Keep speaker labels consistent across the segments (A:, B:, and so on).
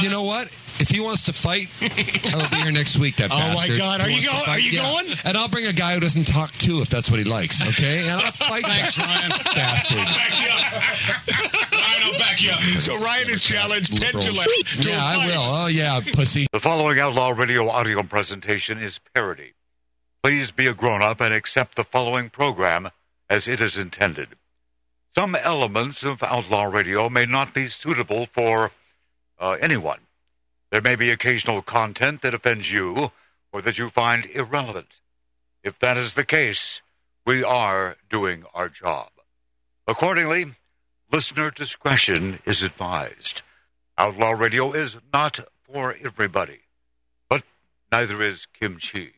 A: you know what? If he wants to fight, I'll be here next week. That
B: Oh, my
A: bastard.
B: God.
A: If
B: Are
A: he
B: you
A: wants to
B: going- are
A: fight,
B: you going?
A: And I'll bring a guy who doesn't talk too, if that's what he likes. Okay, and I'll fight that
C: Ryan.
A: bastard.
C: Back you up. Ryan, I'll back you up.
D: So Ryan is challenged
A: Liberals.
D: pendulum. to a
A: Yeah, I
D: fight.
A: will.
C: uh,
A: Oh yeah, pussy.
E: The following Outlaw Radio audio presentation is parody. Please be a grown up and accept the following program as it is intended. Some elements of Outlaw Radio may not be suitable for uh, anyone. There may be occasional content that offends you or that you find irrelevant. If that is the case, we are doing our job. Accordingly, listener discretion is advised. Outlaw Radio is not for everybody, but neither is kimchi.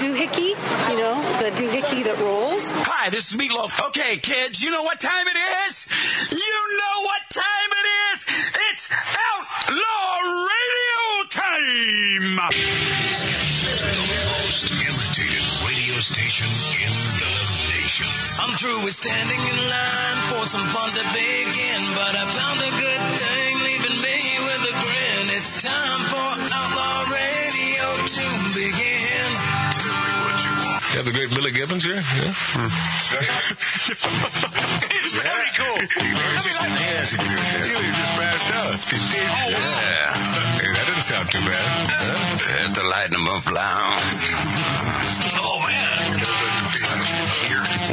F: doohickey, you know, the doohickey that rolls.
G: Hi, this is Meatloaf. Okay, kids, you know what time it is? You know what time it is? It's Outlaw Radio time!
H: most imitated radio station in the nation.
G: I'm through with standing in line for some fun to begin, but I found a good thing leaving me with a grin. It's time for Outlaw Radio to begin.
C: Got the great Billy Gibbons here. Yeah.
H: It's very cool.
C: Billy just passed out. Oh, yeah. Hey, that didn't sound too bad.
G: At the Lightning Buffalo.
H: Oh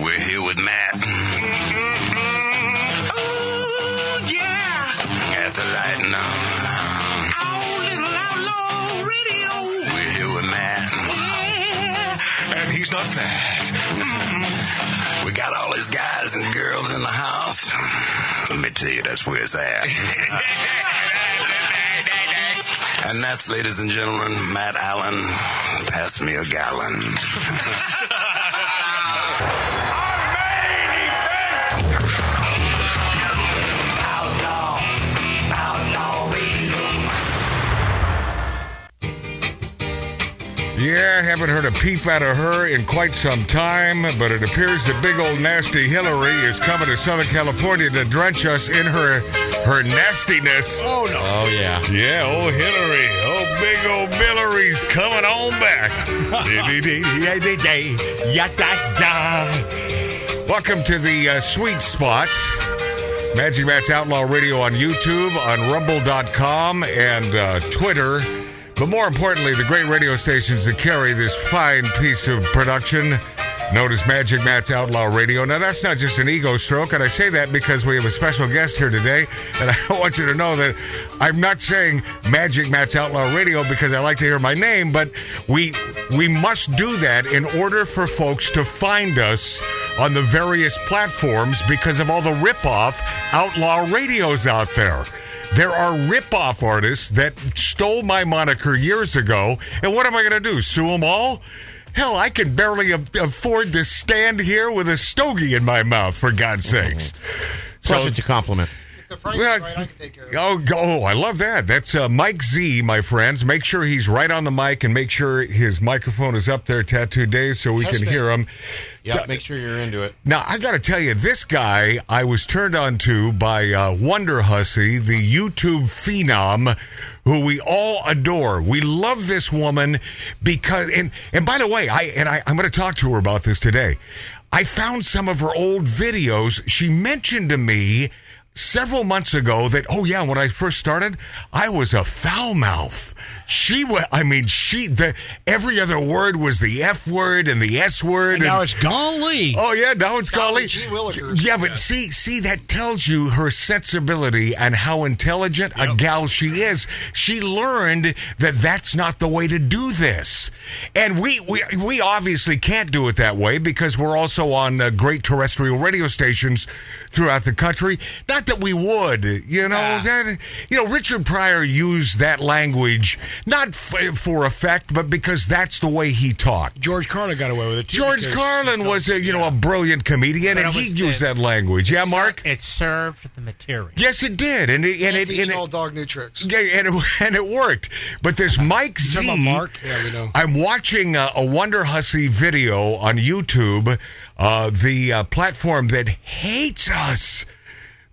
H: man.
G: We're here with Matt. Oh, yeah. At the light now. Oh, little outlaw radio. We're here with Matt. Yeah. And he's not fat. We got all these guys and girls in the house. Let me tell you, that's where it's at. And that's, ladies and gentlemen, Matt Allen. Pass me a gallon.
C: Yeah, haven't heard a peep out of her in quite some time, but it appears that big old nasty Hillary is coming to Southern California to drench us in her her nastiness.
D: Oh no.
B: Oh, yeah.
C: Yeah, old Hillary, old big old Hillary's coming on back. Welcome to the uh, sweet spot. Magic Matt's Outlaw Radio on YouTube, on Rumble.com, and uh, Twitter. But more importantly, the great radio stations that carry this fine piece of production known as Magic Matt's Outlaw Radio. Now, that's not just an ego stroke, and I say that because we have a special guest here today, and I want you to know that I'm not saying Magic Matt's Outlaw Radio because I like to hear my name, but we we must do that in order for folks to find us on the various platforms because of all the rip-off outlaw radios out there. There are rip-off artists that stole my moniker years ago, and what am I going to do? Sue them all? Hell, I can barely a- afford to stand here with a stogie in my mouth, for God's sakes.
B: Plus, it's a compliment.
C: Well, Oh, go- oh, I love that. That's uh, Mike Z, my friends. Make sure he's right on the mic and make sure his microphone is up there, Tattoo Dave, so we
B: Testing.
C: can hear him.
B: Yeah, make sure you're into it.
C: Now, I got to tell you, this guy I was turned on to by uh, Wonder Hussy, the YouTube phenom who we all adore. We love this woman because, and, and by the way, I, and I, I'm going to talk to her about this today. I found some of her old videos. She mentioned to me several months ago that oh yeah when i first started i was a foul mouth she was i mean she the every other word was the f word and the s word and
D: Now it's golly.
C: Oh yeah, now it's golly.
I: G. Willikers.
C: Yeah, but see, see, that tells you her sensibility and how intelligent a gal she is. She learned that that's not the way to do this, and we we we obviously can't do it that way because we're also on uh, great terrestrial radio stations throughout the country. Not that we would, you know. That you know, Richard Pryor used that language not f- for effect, but because that's the way he talked.
D: George Carlin got away with it too.
C: George
D: because-
C: Carlin was a you know a brilliant comedian,
J: But
C: and
J: it
C: he
J: was
C: used
J: the-
C: that language. Yeah,
J: It ser-
C: Mark.
J: It served the material.
C: Yes, it did, and it, and
I: Can't
C: it,
I: teach
C: and
I: an
C: it
I: old dog new tricks.
C: yeah, and it, and it worked. But this Mike Z,
D: talking about Mark? Yeah, we know.
C: I'm watching a, a Wonder Hussy video on YouTube, uh, the uh, platform that hates us.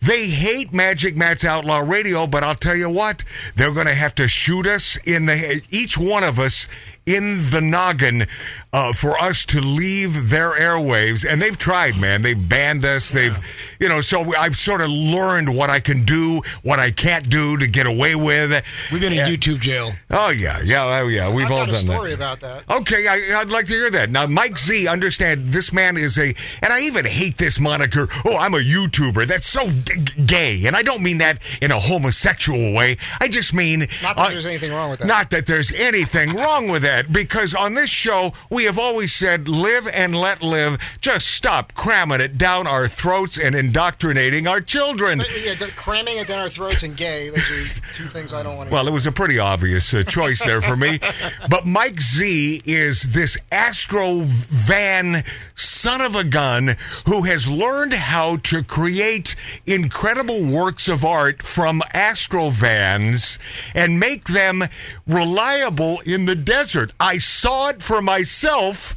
C: They hate Magic Matt's Outlaw Radio, but I'll tell you what, they're going to have to shoot us in the each one of us in the noggin uh, for us to leave their airwaves. And they've tried, man. They've banned us. They've, you know, so I've sort of learned what I can do, what I can't do to get away with.
D: We've been in
C: And-
D: YouTube jail.
C: Oh yeah, yeah, oh yeah. We've
I: I've
C: all
I: got a
C: done that.
I: story about that.
C: Okay, I, I'd like to hear that. Now, Mike Z, understand this man is a, and I even hate this moniker. Oh, I'm a YouTuber. That's so g- g- gay, and I don't mean that in a homosexual way. I just mean uh,
I: Not that there's anything wrong with that.
C: Not that there's anything wrong with that, because on this show we have always said live and let live. Just stop cramming it down our throats and indoctrinating our children.
I: But, yeah, the- cramming it down our throats and gay. Those are two things I don't want to.
C: Well, it was a pretty obvious uh, choice there for me. But Mike Z is this Astro Van son of a gun who has learned how to create incredible works of art from Astro Vans and make them reliable in the desert. I saw it for myself.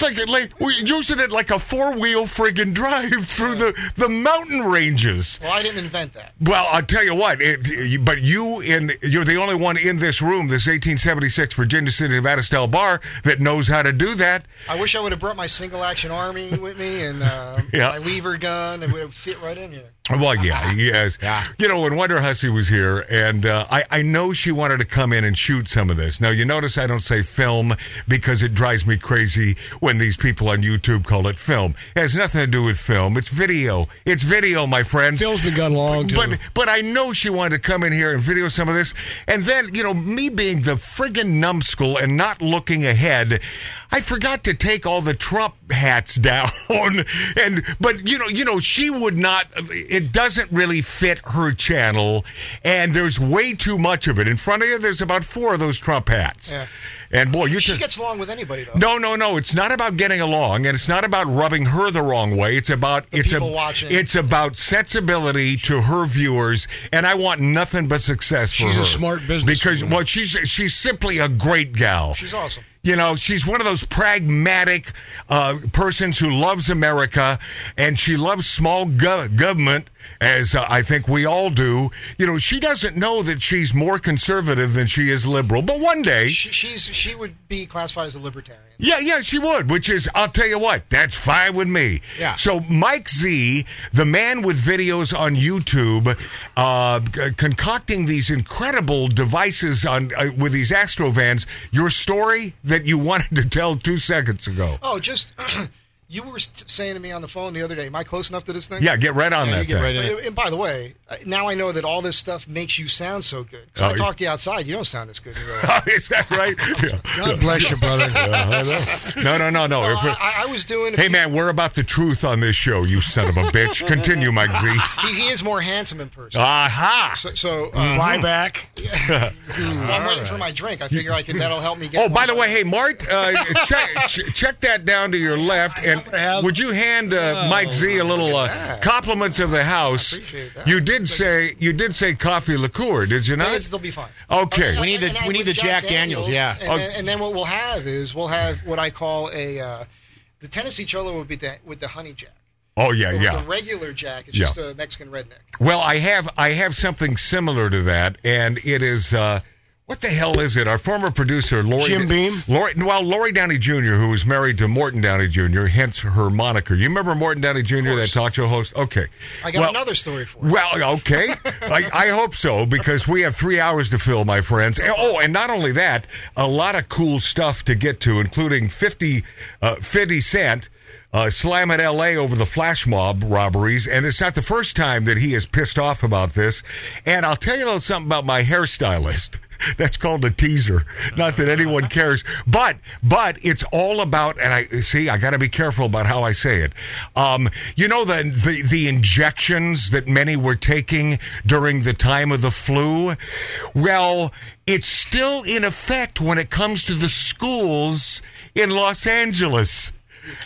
C: Like, like we're using it like a four wheel friggin' drive through the, the mountain ranges.
I: Well, I didn't invent that.
C: Well, I'll tell you what, it, but you in you're the only one in this room, this 1876 Virginia City, Nevada style bar that knows how to do that.
I: I wish I would have brought my single action army with me and uh,
C: Yeah.
I: my lever gun. It would have fit right in here.
C: Well, yeah, yes, you know when Wonder Hussey was here, and uh, I I know she wanted to come in and shoot some of this. Now you notice I don't say film because it drives me crazy when these people on YouTube call it film. It has nothing to do with film. It's video. It's video, my friends.
D: Phil's been gone long too.
C: But but I know she wanted to come in here and video some of this. And then, you know, me being the friggin' numbskull and not looking ahead, I forgot to take all the Trump hats down. and but you know, you know, she would not it doesn't really fit her channel and there's way too much of it. In front of you there's about four of those Trump hats.
I: Yeah.
C: And boy, you
I: She
C: took-
I: gets along with anybody though.
C: no, no, no. It's not about getting along, and it's not about rubbing her the wrong way. It's about it's a,
I: people watching.
C: It's about sensibility to her viewers, and I want nothing but success for
D: She's a
C: her.
D: smart businesswoman.
C: because well, she's she's simply a great gal.
I: She's awesome.
C: You know, she's one of those pragmatic uh, persons who loves America and she loves small go- government, as uh, I think we all do. You know, she doesn't know that she's more conservative than she is liberal, but one day
I: She, she's she would be classified as a libertarian.
C: yeah, yeah, she would, which is, I'll tell you what, that's fine with me.
I: Yeah.
C: So Mike Z, the man with videos on YouTube, uh, g- concocting these incredible devices on uh, with these Astrovans, your story that you wanted to tell two seconds ago.
I: Oh, just you were st- saying to me on the phone the other day. Am I close enough to this thing?
C: Yeah, get right on
I: Yeah,
C: that
I: you
C: thing.
I: And by the way, uh, now I know that all this stuff makes you sound so good. 'Cause
C: Oh,
I: I talked to you outside. You don't sound this good. You're like,
C: is that right?
D: God bless you, brother.
C: no, no, no, no.
I: "Oh,
C: If we're-
I: I, I was doing.
C: hey, man, we're about the truth on this show, you son of a bitch. Continue, Mike Z.
I: he, he is more handsome in person.
B: Uh-huh.
C: Aha!
I: so, so
B: Mm-hmm.
I: uh,
D: Buyback.
I: I'm waiting for my drink. I figure I can. That'll help me get.
C: Oh, by
I: more-
C: the way, hey, Mart, uh, check, ch- check that down to your left, and would you hand uh, Mike Z a little uh, compliments of the house?
I: appreciate that.
C: You did say you did say coffee liqueur, did you not?
I: Kids, they'll be fine.
C: Okay.
B: Oh, We need the-
I: And I-
B: we need
I: with
B: the Jack Daniels, yeah. Oh.
I: And, then, and then what we'll have is we'll have what I call a uh, the Tennessee Cholo would be that with the honey Jack.
C: Oh yeah,
I: But
C: yeah.
I: With the regular Jack, it's
C: Yeah.
I: just a Mexican redneck.
C: Well, I have I have something similar to that, and it is uh, what the hell is it? Our former producer Lori
D: Jim Beam?
C: Lori, well, Lori Downey Jr., who was married to Morton Downey Jr., hence her moniker. You remember Morton Downey Jr., that talk show host? Okay,
I: I got another story for you.
C: Well, okay, I, I hope so because we have three hours to fill, my friends. And- Oh, and not only that, a lot of cool stuff to get to, including 50, uh, 50 Cent. Uh, slam at LA over the flash mob robberies, and it's not the first time that he is pissed off about this. And I'll tell you a little something about my hairstylist. That's called a teaser. Not that anyone cares, but but it's all about. And I see. I got to be careful about how I say it. Um, you know the, the the injections that many were taking during the time of the flu. Well, it's still in effect when it comes to the schools in Los Angeles.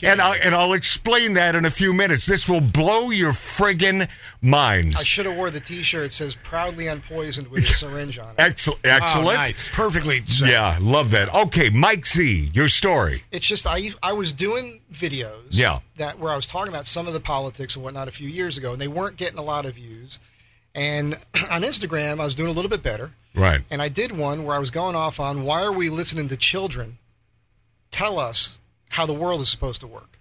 C: and I'll, and I'll explain that in a few minutes. This will blow your friggin' minds.
I: I should have wore the T-shirt. that Says "Proudly Unpoisoned" with a syringe on it.
C: Excellent, excellent,
D: perfectly.
C: Yeah, love that. Okay, Mike Z, your story.
I: It's just I I was doing videos
C: Yeah.
I: that where I was talking about some of the politics and whatnot a few years ago, and they weren't getting a lot of views. And on Instagram, I was doing a little bit better,
C: Right.
I: and I did one where I was going off on why are we listening to children tell us how the world is supposed to work?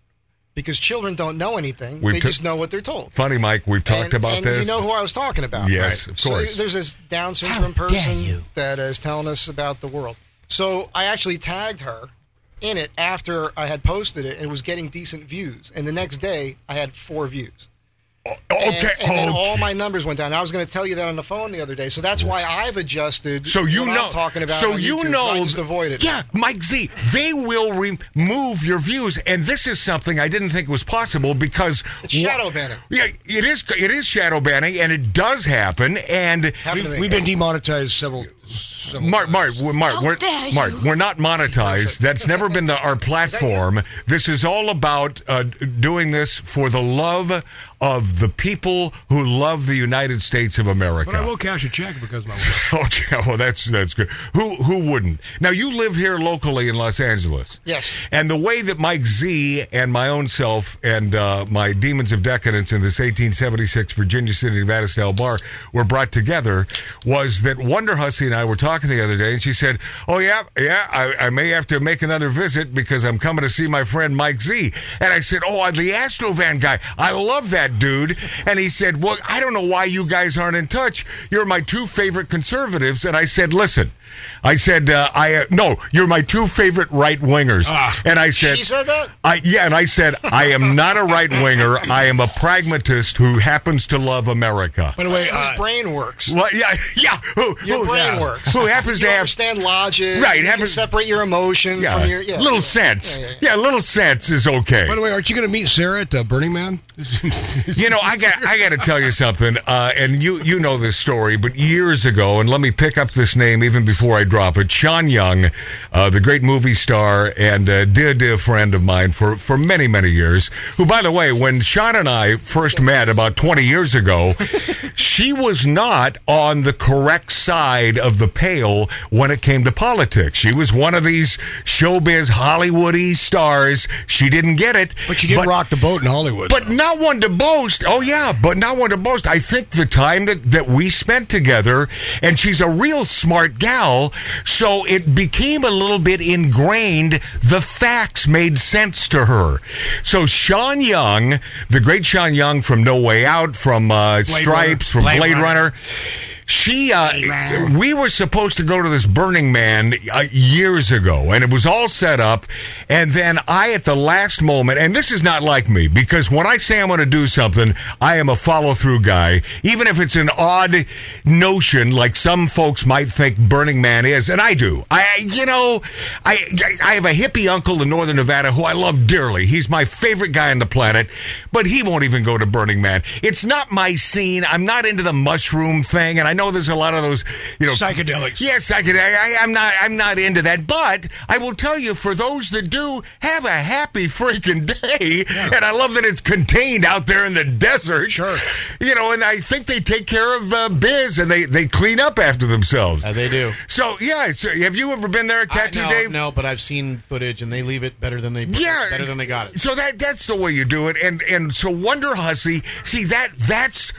I: Because children don't know anything;
C: We've
I: they
C: t-
I: just know what they're told.
C: Funny, Mike. We've talked
I: and,
C: about
I: and
C: this.
I: You know who I was talking about.
C: Yes,
I: right?
C: of course.
I: So there's this Down syndrome
J: How dare
I: person
J: you.
I: that is telling us about the world. So I actually tagged her in it after I had posted it and it was getting decent views. And the next day I had four views.
C: okay,
I: And, and then
C: okay.
I: all my numbers went down. I was going to tell you that on the phone the other day. So that's why I've adjusted.
C: So you
I: what
C: know
I: I'm talking about.
C: So
I: on
C: you
I: YouTube, so
C: know
I: I just avoid it.
C: Yeah, Mike Z, they will remove your views, and this is something I didn't think was possible because
I: It's shadow banning.
C: Yeah, it is. It is shadow banning, and it does happen. And
I: Happened to me.
D: We've been demonetized several. several
C: Mark, Mark, we're, Mark,
K: How
C: we're,
K: dare
C: Mark,
K: you.
C: we're not monetized. That's never been the, our platform. This is all about uh, doing this for the love of the people who love the United States of America.
D: But I will cash a check because my wife.
C: Okay, well Oh, that's that's good. Who who wouldn't? Now you live here locally in Los Angeles.
I: Yes.
C: And the way that Mike Z and my own self and uh, my demons of decadence in this 1876 Virginia City Nevada style bar were brought together was that Wonder Hussy and I were talking the other day, and she said, "Oh yeah, yeah, I, I may have to make another visit because I'm coming to see my friend Mike Z." And I said, "Oh, the Astrovan guy, I love that dude." And he said, "Well, I don't know why you guys aren't in touch. You're my two favorite conservatives." And I said, "Listen." I said, uh, I uh, no, you're my two favorite right wingers.
I: Ah,
C: and I said,
I: She said that?
C: I, yeah, and I said, I am not a right winger. I am a pragmatist who happens to love America.
A: By the way,
I: Whose
A: uh,
I: brain works.
C: Well, yeah, yeah. Who,
I: Your
C: who,
I: brain
C: yeah,
I: works.
C: Who happens
I: You
C: to have
I: understand logic.
C: Right, it
I: You can
C: happens-
I: separate your emotion
C: yeah,
I: from your yeah,
C: little
I: yeah.
C: sense?
I: Yeah, yeah, yeah.
C: little sense is okay.
D: By the way, aren't you going to meet Sarah at uh, Burning Man?
C: You know, I got I got to tell you something, uh, and you you know this story, but years ago, and let me pick up this name even before I drop it. Sean Young, uh, the great movie star and uh, dear dear friend of mine for for many many years. Who, by the way, when Sean and I first met about twenty years ago, she was not on the correct side of the pale when it came to politics. She was one of these showbiz Hollywoody stars. She didn't get it,
D: But you did rock the boat in Hollywood.
C: but not one to boast. Oh yeah, but not one to boast. I think the time that that we spent together, and she's a real smart gal, so it became a little bit ingrained. The facts made sense to her. So Sean Young, the great Sean Young from No Way Out, from uh, Stripes, from Blade,
J: Blade
C: Runner.
J: Runner.
C: She, uh, we were supposed to go to this Burning Man uh, years ago, and it was all set up. And then I, at the last moment, and this is not like me because when I say I'm going to do something, I am a follow through guy, even if it's an odd notion like some folks might think Burning Man is, and I do. I, you know, I, I have a hippie uncle in Northern Nevada who I love dearly. He's my favorite guy on the planet, but he won't even go to Burning Man. It's not my scene. I'm not into the mushroom thing, and I know there's a lot of those, you know,
D: Psychedelics.
C: Yes, I could. I, I- I'm not. I'm not into that. But I will tell you, for those that do, have a happy freaking day. And I love that it's contained out there in the desert. Sure. You know, and I think they take care of uh, biz and they they clean up after themselves.
B: Uh, they do.
C: So yeah. So have you ever been there, Tattoo
B: I, no,
C: Dave?
B: No, but I've seen footage, and they leave it better than they
C: Yeah,
B: better than they got it.
C: So that that's the way you do it, and and so Wonder Hussy, see that that's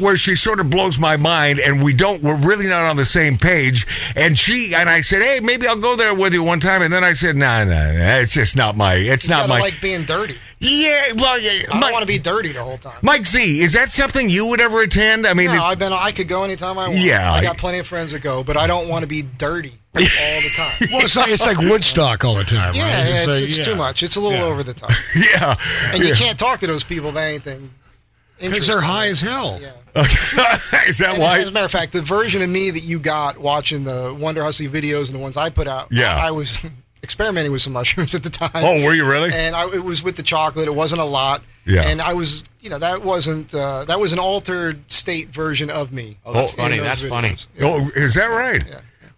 C: where she sort of blows my mind, and we don't we're really not on the same page. And she and I said, hey, maybe I'll go there with you one time, and then I said, nah, nah, nah it's just not my, it's
I: You
C: not
I: gotta
C: my,
I: like being dirty.
C: yeah, well, yeah,
I: I don't
C: Mike,
I: want to be dirty the whole time.
C: Mike Z, is that something you would ever attend? I mean,
I: No,
C: it-
I: I've been. I could go anytime I want.
C: Yeah.
I: I got plenty of friends that go, but I don't want to be dirty all the time.
D: Well, it's like, it's like Woodstock all the time,
I: yeah,
D: right?
I: yeah, it's,
D: like,
I: it's
D: yeah.
I: too much. It's a little
D: Yeah.
I: over the top,
C: yeah,
I: and you
C: yeah.
I: can't talk to those people about anything.
D: Because
I: Interesting.
D: they're high as hell.
I: Yeah.
C: is that
I: And
C: why?
I: As a matter of fact, the version of me that you got watching the Wonder Hussy videos and the ones I put out,
C: Yeah.
I: I was experimenting with some mushrooms at the time.
C: Oh, were you really?
I: And I, it was with the chocolate. It wasn't a lot.
C: Yeah.
I: And I was, you know, that wasn't uh, that was an altered state version of me.
B: Oh, that's
C: Oh,
B: funny.
I: in those
B: That's
I: videos.
B: funny.
C: Oh, is that right?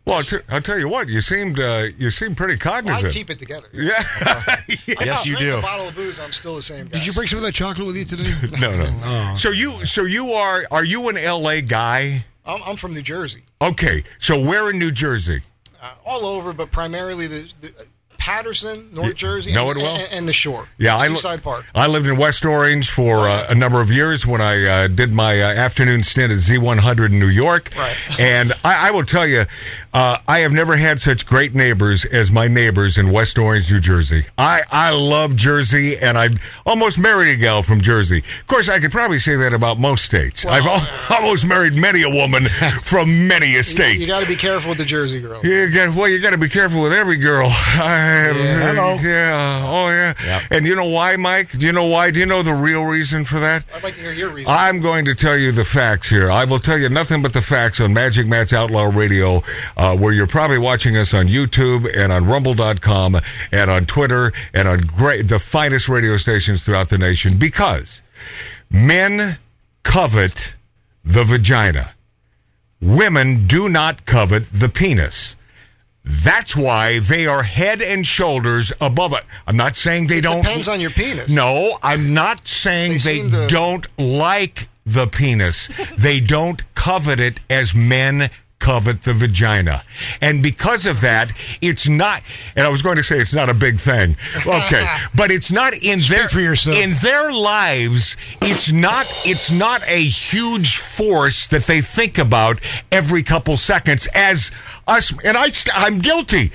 C: Well, I'll, t- I'll tell you what. You seemed uh, you seemed pretty cognizant.
I: I keep it together.
C: Yeah.
I: I can drink A bottle of booze, I'm still the same guy.
D: Did you bring some of that chocolate with you today?
C: No, no.
D: Oh,
C: So you so you are are you an L.A. guy?
I: I'm, I'm from New Jersey,
C: Okay. So where in New Jersey?
I: uh, all over, but primarily the, the uh, Patterson, North
C: You
I: Jersey,
C: know
I: and,
C: it well?
I: and, and the Shore.
C: Yeah, I li-
I: Seaside Park.
C: I lived in West Orange for uh, a number of years when I uh, did my uh, afternoon stint at Z100 in New York.
I: Right.
C: And I, I will tell you, uh, I have never had such great neighbors as my neighbors in West Orange, New Jersey. I, I love Jersey, and I almost married a gal from Jersey. Of course, I could probably say that about most states. I've al- almost married many a woman from many a
I: You,
C: state.
I: got to be careful with the Jersey girl.
C: You got well. You got to be careful with every girl. I, yeah, yeah. Oh yeah. And you know why, Mike? Do you know why? Do you know the real reason for that?
I: I'd like to hear your reason.
C: I'm going to tell you the facts here. I will tell you nothing but the facts on Magic Matt's Outlaw Radio, uh, where you're probably watching us on YouTube and on Rumble.com and on Twitter and on great the finest radio stations throughout the nation because men covet the vagina. Women do not covet the penis. That's why they are head and shoulders above it. I'm not saying they don't.
I: Depends on your penis.
C: No, I'm not saying they,
I: They seem to-
C: don't like the penis. they don't covet it as men covet the vagina. And because of that, it's not and I was going to say it's not a big thing. Okay. but it's not in their
D: for yourself.
C: in their lives, it's not it's not a huge force that they think about every couple seconds as us and I st- I'm guilty.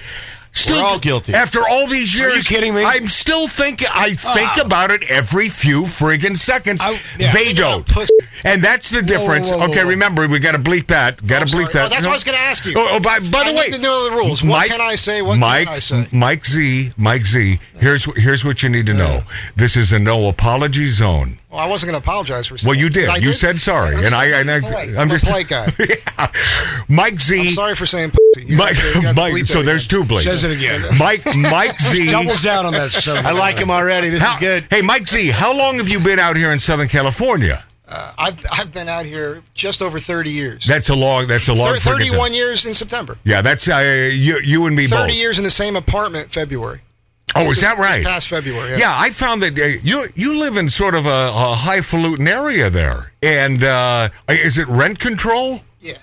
C: Still
B: all guilty.
C: After all these years,
D: you kidding me?
C: I'm still thinking. I think
I: Ah.
C: about it every few friggin' seconds.
D: I- yeah.
C: They don't,
I: pussy.
C: and that's the difference.
D: whoa, whoa,
C: okay,
D: whoa.
C: remember we got to bleep that. Got to
I: sorry.
C: bleep that.
I: Oh, that's what I was gonna ask you.
C: Oh, oh, by, by
I: I
C: the
I: need
C: way,
I: to know the rules. What can I say? What can't
C: Mike,
I: I say?
C: Mike Z. Mike Z. Here's wh- here's what you need to know. This is a no apology zone.
I: Well, I wasn't going to apologize for.
C: Well,
I: saying
C: you
I: it.
C: did.
I: I
C: You said sorry,
I: I'm
C: and I and I,
I: polite.
C: I'm
I: I'm a
C: just
I: polite guy.
C: Yeah. Mike Z.
I: I'm sorry for saying pussy. You
C: Mike,
I: have to- you have to
C: Mike.
I: bleep
C: So
I: that
C: there's
I: again.
C: two bleeps.
D: Says it again.
C: Mike, Mike Z.
D: Doubles down on that. subject.
B: I like him already. This is
C: How-
B: good.
C: Hey, Mike Z, how long have you been out here in Southern California?
I: Uh, I've I've been out here just over 30 years.
C: That's a long. That's a long.
I: Thir-
C: friggin'
I: 31
C: time.
I: years in September.
C: Yeah, that's uh, you. You and me
I: 30
C: both.
I: years in the same apartment February.
C: oh, is that
I: This
C: right?
I: Past February.
C: yeah. I found that uh, you you live in sort of a, a highfalutin area there, and uh, is it rent control?
I: Yeah.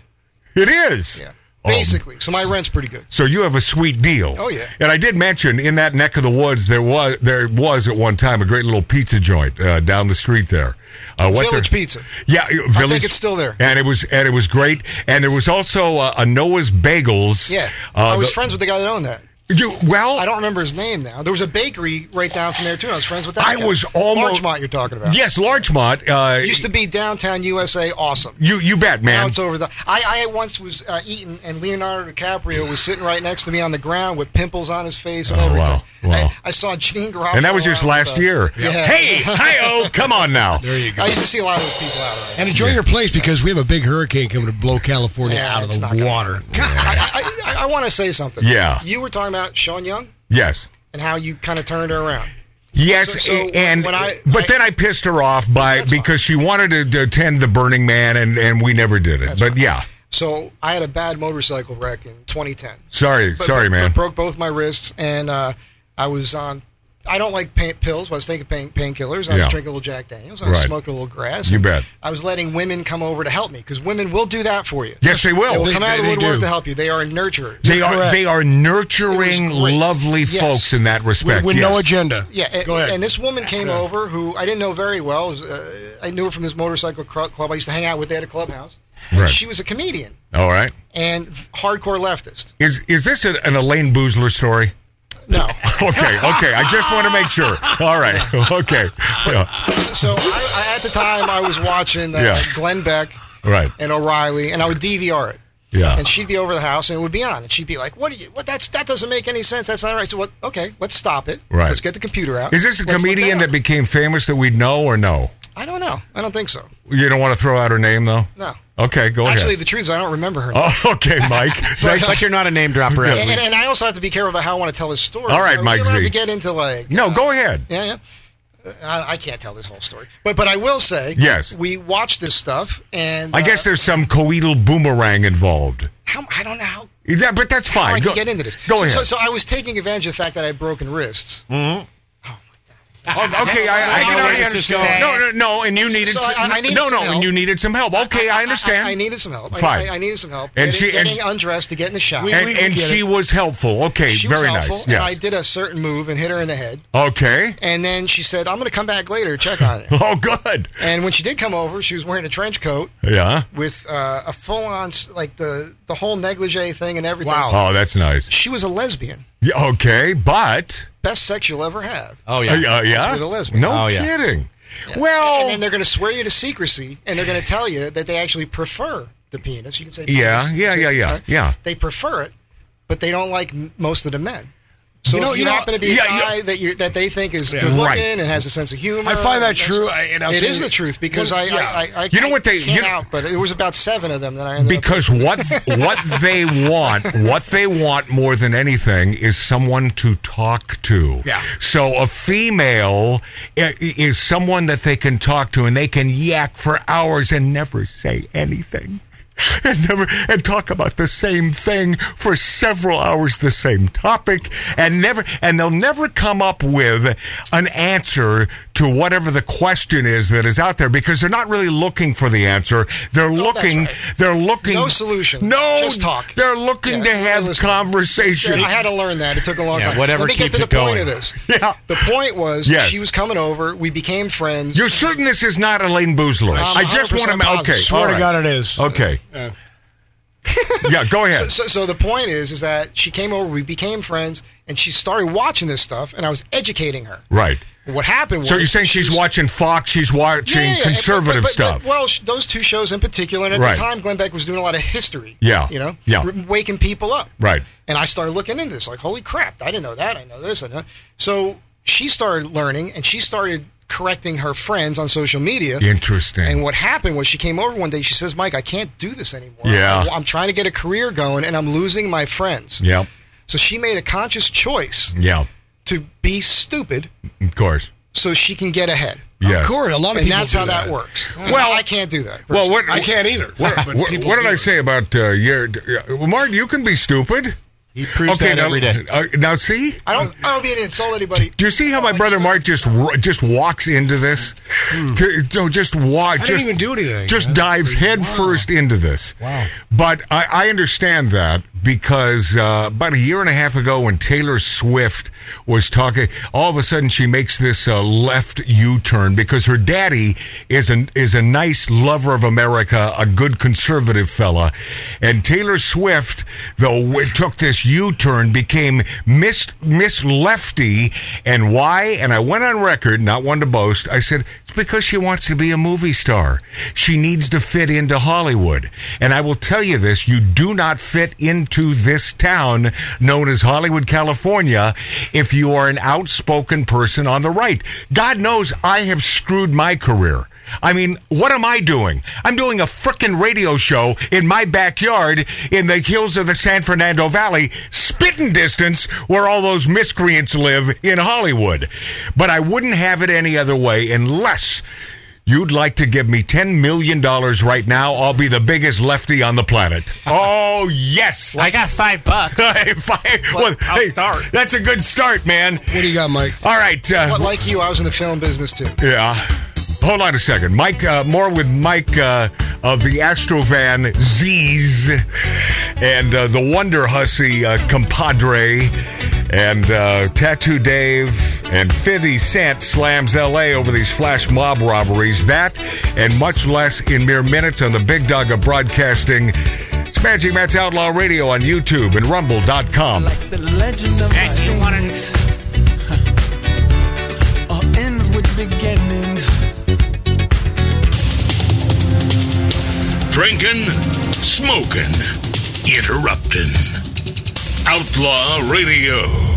C: It is.
I: Yeah.
C: Oh,
I: Basically. so my rent's pretty good.
C: So you have a sweet deal.
I: Oh, yeah.
C: And I did mention in that neck of the woods there was there was at one time a great little pizza joint uh, down the street there. Uh, what
I: Village
C: they're-
I: Pizza.
C: Yeah, it- Village.
I: it's still there.
C: And it was and it was great. And there was also uh, a Noah's Bagels.
I: Yeah.
C: Uh,
I: I was
C: the-
I: friends with the guy that owned that.
C: You, well,
I: I don't remember his name now. There was a bakery right down from there too. and I was friends with that.
C: I
I: guy.
C: was almost-
I: Larchmont. You're talking about.
C: Yes, Larchmont. Uh,
I: It used to be downtown USA. Awesome.
C: you you bet,
I: Now
C: man.
I: it's over the. I, I once was uh, eating, and Leonardo DiCaprio was sitting right next to me on the ground with pimples on his face and
C: Oh,
I: everything.
C: wow. Wow.
I: I, I saw Janine Garofalo.
C: and that was just
I: around with
C: last
I: a-
C: year.
I: Yeah.
C: Hey, hi-oh, come on now. There you
I: I used to see a lot of those people out. Right?
D: And enjoy your place because we have a big hurricane coming to blow California
I: Yeah,
D: out of
I: it's not
D: the
I: gonna
D: water.
I: I, I, I, I want to say something.
C: Yeah.
I: You were talking about Sean Young
C: Yes.
I: and how you kind of turned her around.
C: Yes,
I: So- so
C: a- and
I: when I-
C: but
I: I-
C: then I pissed her off by
I: That's fine.
C: because she wanted to, to attend the Burning Man, and, and we never did it. but yeah,
I: So I had a bad motorcycle wreck in 2010.
C: sorry,
I: But-
C: sorry,
I: but-
C: man.
I: but broke both my wrists, and uh, I was on. I don't like pain, pills, but I was taking pain painkillers. I
C: Yeah.
I: was drinking a little Jack Daniels. I was
C: Right.
I: smoking a little grass.
C: You
I: and
C: bet.
I: I was letting women come over to help me because women will do that for you.
C: yes, they
I: They
C: will.
I: will
C: They,
I: come out of the
D: they
I: woodwork
D: do.
I: to help you. They are nurturers.
C: are they are nurturing,
I: It was great.
C: lovely
I: Yes.
C: folks in that
D: With,
C: respect.
D: with no
C: yes.
D: agenda.
I: Yeah, and,
D: Go ahead.
I: and this woman came over who I didn't know very well. It was, uh, I knew her from this motorcycle cru- club. I used to hang out with her at a clubhouse. And
C: Right.
I: She was a comedian
C: All right,
I: and hardcore leftist.
C: is is this an, an Elaine Boozler story?
I: No,
C: Okay, okay. I just want to make sure. All right, okay. Yeah.
I: so I, I, at the time I was watching uh,
C: Yeah.
I: Glenn Beck
C: Right.
I: and O'Reilly, and I would DVR it.
C: Yeah.
I: And she'd be over the house, and it would be on, and she'd be like, "What are you? What? That's that doesn't make any sense. That's not right." So what? Okay, let's stop it.
C: Right.
I: Let's get the computer out.
C: Is this a
I: Let's look
C: comedian
I: up.
C: that became famous that we know or no?
I: I don't know. I don't think so.
C: You don't want to throw out her name though.
I: No.
C: Okay, go
I: Actually,
C: ahead.
I: the truth is I don't remember her. name.
C: oh, okay, Mike.
B: But, but you're not a name dropper.
C: Yeah.
B: at
I: And,
B: least.
I: and, and I also have to be careful about how I want to tell this story.
C: All right,
I: Are we
C: Mike
I: allowed
C: Z.
I: to get into like
C: No, go ahead.
I: yeah, yeah. I, I can't tell this whole story, but but I will say,
C: Yes.
I: we watch this stuff, and
C: I
I: uh,
C: guess there's some coital boomerang involved.
I: how, I don't know how
C: Yeah, but that's
I: Oh, I
C: fine.
I: can
C: Go,
I: get into this.
C: Go
I: so,
C: ahead.
I: So, so I was taking advantage of the fact that I had broken wrists.
C: Mhm. Oh, okay, I, I
I: No,
C: can
I: no,
C: already
I: no,
C: understand.
I: no,
C: No,
I: no.
C: no, no, and you
I: So-
C: needed.
I: so I-
C: some,
I: I needed
C: no,
I: some
C: no,
I: help.
C: and you needed some help. Okay, I, understand.
I: I, I needed some help. I-
C: Fine.
I: I, I needed some help.
C: And
I: getting,
C: she- and
I: getting
C: she-
I: undressed to get in the shower.
C: and and she was helpful. Okay,
I: she was
C: very
I: helpful,
C: nice.
I: and I
C: Yes.
I: did a certain move and hit her in the head.
C: okay.
I: And then she said, "I'm going to come back later, check on it."
C: Oh, good.
I: and when she did come over, she was wearing a trench coat
C: Yeah.
I: with uh, a full on like the the whole negligee thing and everything.
C: Oh, that's nice.
I: She was a lesbian.
C: Yeah, okay, but.
I: Best sex you'll ever have.
B: Oh, yeah.
C: Uh, yeah.
I: With a lesbian.
C: No
B: Oh, yeah.
C: kidding. Well.
I: and then they're going to swear you to secrecy, and they're going to tell you that they actually prefer the penis. You can say,
C: Yeah,
I: penis,
C: yeah, yeah, yeah, yeah.
I: They prefer it, but they don't like m- most of the men. So
D: You know-
I: if
D: you
I: you,
D: know-
I: happen to be
C: yeah,
I: a
C: you know-
I: guy that you that they think is
D: Yeah,
I: good looking
C: right.
I: and has a sense of humor,
D: I find that
I: and that's-
D: true, I- and I'll
I: it
D: tell
I: is
D: you-
I: the truth because I,
D: Yeah.
I: I, I, I,
C: You know what they-
I: can't
C: you know-
I: out, but it was about seven of them that I ended up
C: because what what they want what they want more than anything is someone to talk to
D: Yeah.
C: so a female i- is someone that they can talk to and they can yak for hours and never say anything and never and talk about the same thing for several hours the same topic and never and they'll never come up with an answer to whatever the question is that is out there because they're not really looking for the answer they're
I: that's
C: looking
I: right.
C: they're looking
I: No solution.
C: no
I: Just talk.
C: they're looking
I: Yeah,
C: to
I: that's what I
C: have
I: listen.
C: conversation
I: I had to learn that. It took a long
B: Yeah,
I: time.
B: whatever
I: Let me get
B: keeps
I: to the
B: it
I: point
B: going.
I: of this.
C: Yeah.
I: The point was
C: Yes.
I: she was coming over. We became friends.
C: you're certain this is not Elaine Boozler?
I: I'm
C: I just want
I: 100%
C: to.
I: positive.
C: Okay,
I: Swear
C: all
D: to
C: right.
D: God it is.
C: Okay. yeah, go
I: So,
C: ahead.
I: so, so the point is, is that she came over. We became friends, and she started watching this stuff, and I was educating her.
C: right.
I: What happened? Was
C: So you're saying she's
I: was-
C: watching Fox? She's
I: Yeah,
C: watching
I: yeah, yeah.
C: conservative
I: But- but- but-
C: stuff.
I: well, sh- those two shows in particular, and at
C: Right.
I: the time, Glenn Beck was doing a lot of history.
C: Yeah,
I: you know,
C: yeah.
I: r- waking people up.
C: Right.
I: And I started looking into this, like, holy crap, I didn't know that. I know this. I know. So she started learning, and she started correcting her friends on social media.
C: Interesting.
I: And what happened was she came over one day. She says, "Mike, I can't do this anymore.
C: Yeah.
I: I- I'm trying to get a career going, and I'm losing my friends."
C: yeah,
I: So she made a conscious choice
C: yeah,
I: to be stupid
C: of course.
I: so she can get ahead.
C: Yeah.
D: Of course, a lot of
I: And
D: people
I: that's
D: do
I: how that,
D: that
I: works.
C: Well-
I: I can't do that.
C: Well, what
D: I can't either.
C: What,
D: But
C: what-
D: people
C: what did
D: do
C: I
D: it.
C: say about uh, your well, Martin? You can be stupid.
B: He proves that
C: now,
B: every day.
C: uh, now see,
I: I don't. I don't mean to insult anybody.
C: Do you see how my brother Mark just ru- just walks into this? To, to just walk,
D: Hmm. I
C: just
D: didn't even do anything.
C: Just
D: That's
C: dives
D: pretty-
C: head
D: wow.
C: first into this.
D: Wow.
C: But I, I understand that because uh, about a year and a half ago, when Taylor Swift was talking, all of a sudden she makes this uh, left U turn because her daddy is an is a nice lover of America, a good conservative fella, and Taylor Swift though w- took this U turn, became Miss Miss Lefty, and why? And I went on record, not one to boast. I said it's because she wants to be a movie star. She needs to fit into Hollywood. And I will tell you this you do not fit into this town known as Hollywood, California, if you are an outspoken person on the right. God knows I have screwed my career. I mean, what am I doing? I'm doing a frickin' radio show in my backyard in the hills of the San Fernando Valley, spitting distance where all those miscreants live in Hollywood. But I wouldn't have it any other way unless You'd like to give me $10 million right now. I'll be the biggest lefty on the planet. Oh, yes.
J: I got five bucks.
C: If I- well,
J: I'll start.
C: That's a good start, man.
D: What do you got, Mike?
C: All right. Uh,
I: But like you, I was in the film business too.
C: yeah. Hold on a second. Mike, uh, more with Mike uh, of the Astrovan Z's and uh, the Wonder Hussy uh, compadre and uh, Tattoo Dave and 50 Cent slams LA over these flash mob robberies. That and much less in mere minutes on the Big Dog of Broadcasting. It's Magic Matt's Outlaw Radio on YouTube and rumble.com.
G: The legend of
J: That you
G: my
J: wanted-
G: wings. All ends with beginnings.
H: Drinking, smoking, interrupting. Outlaw Radio.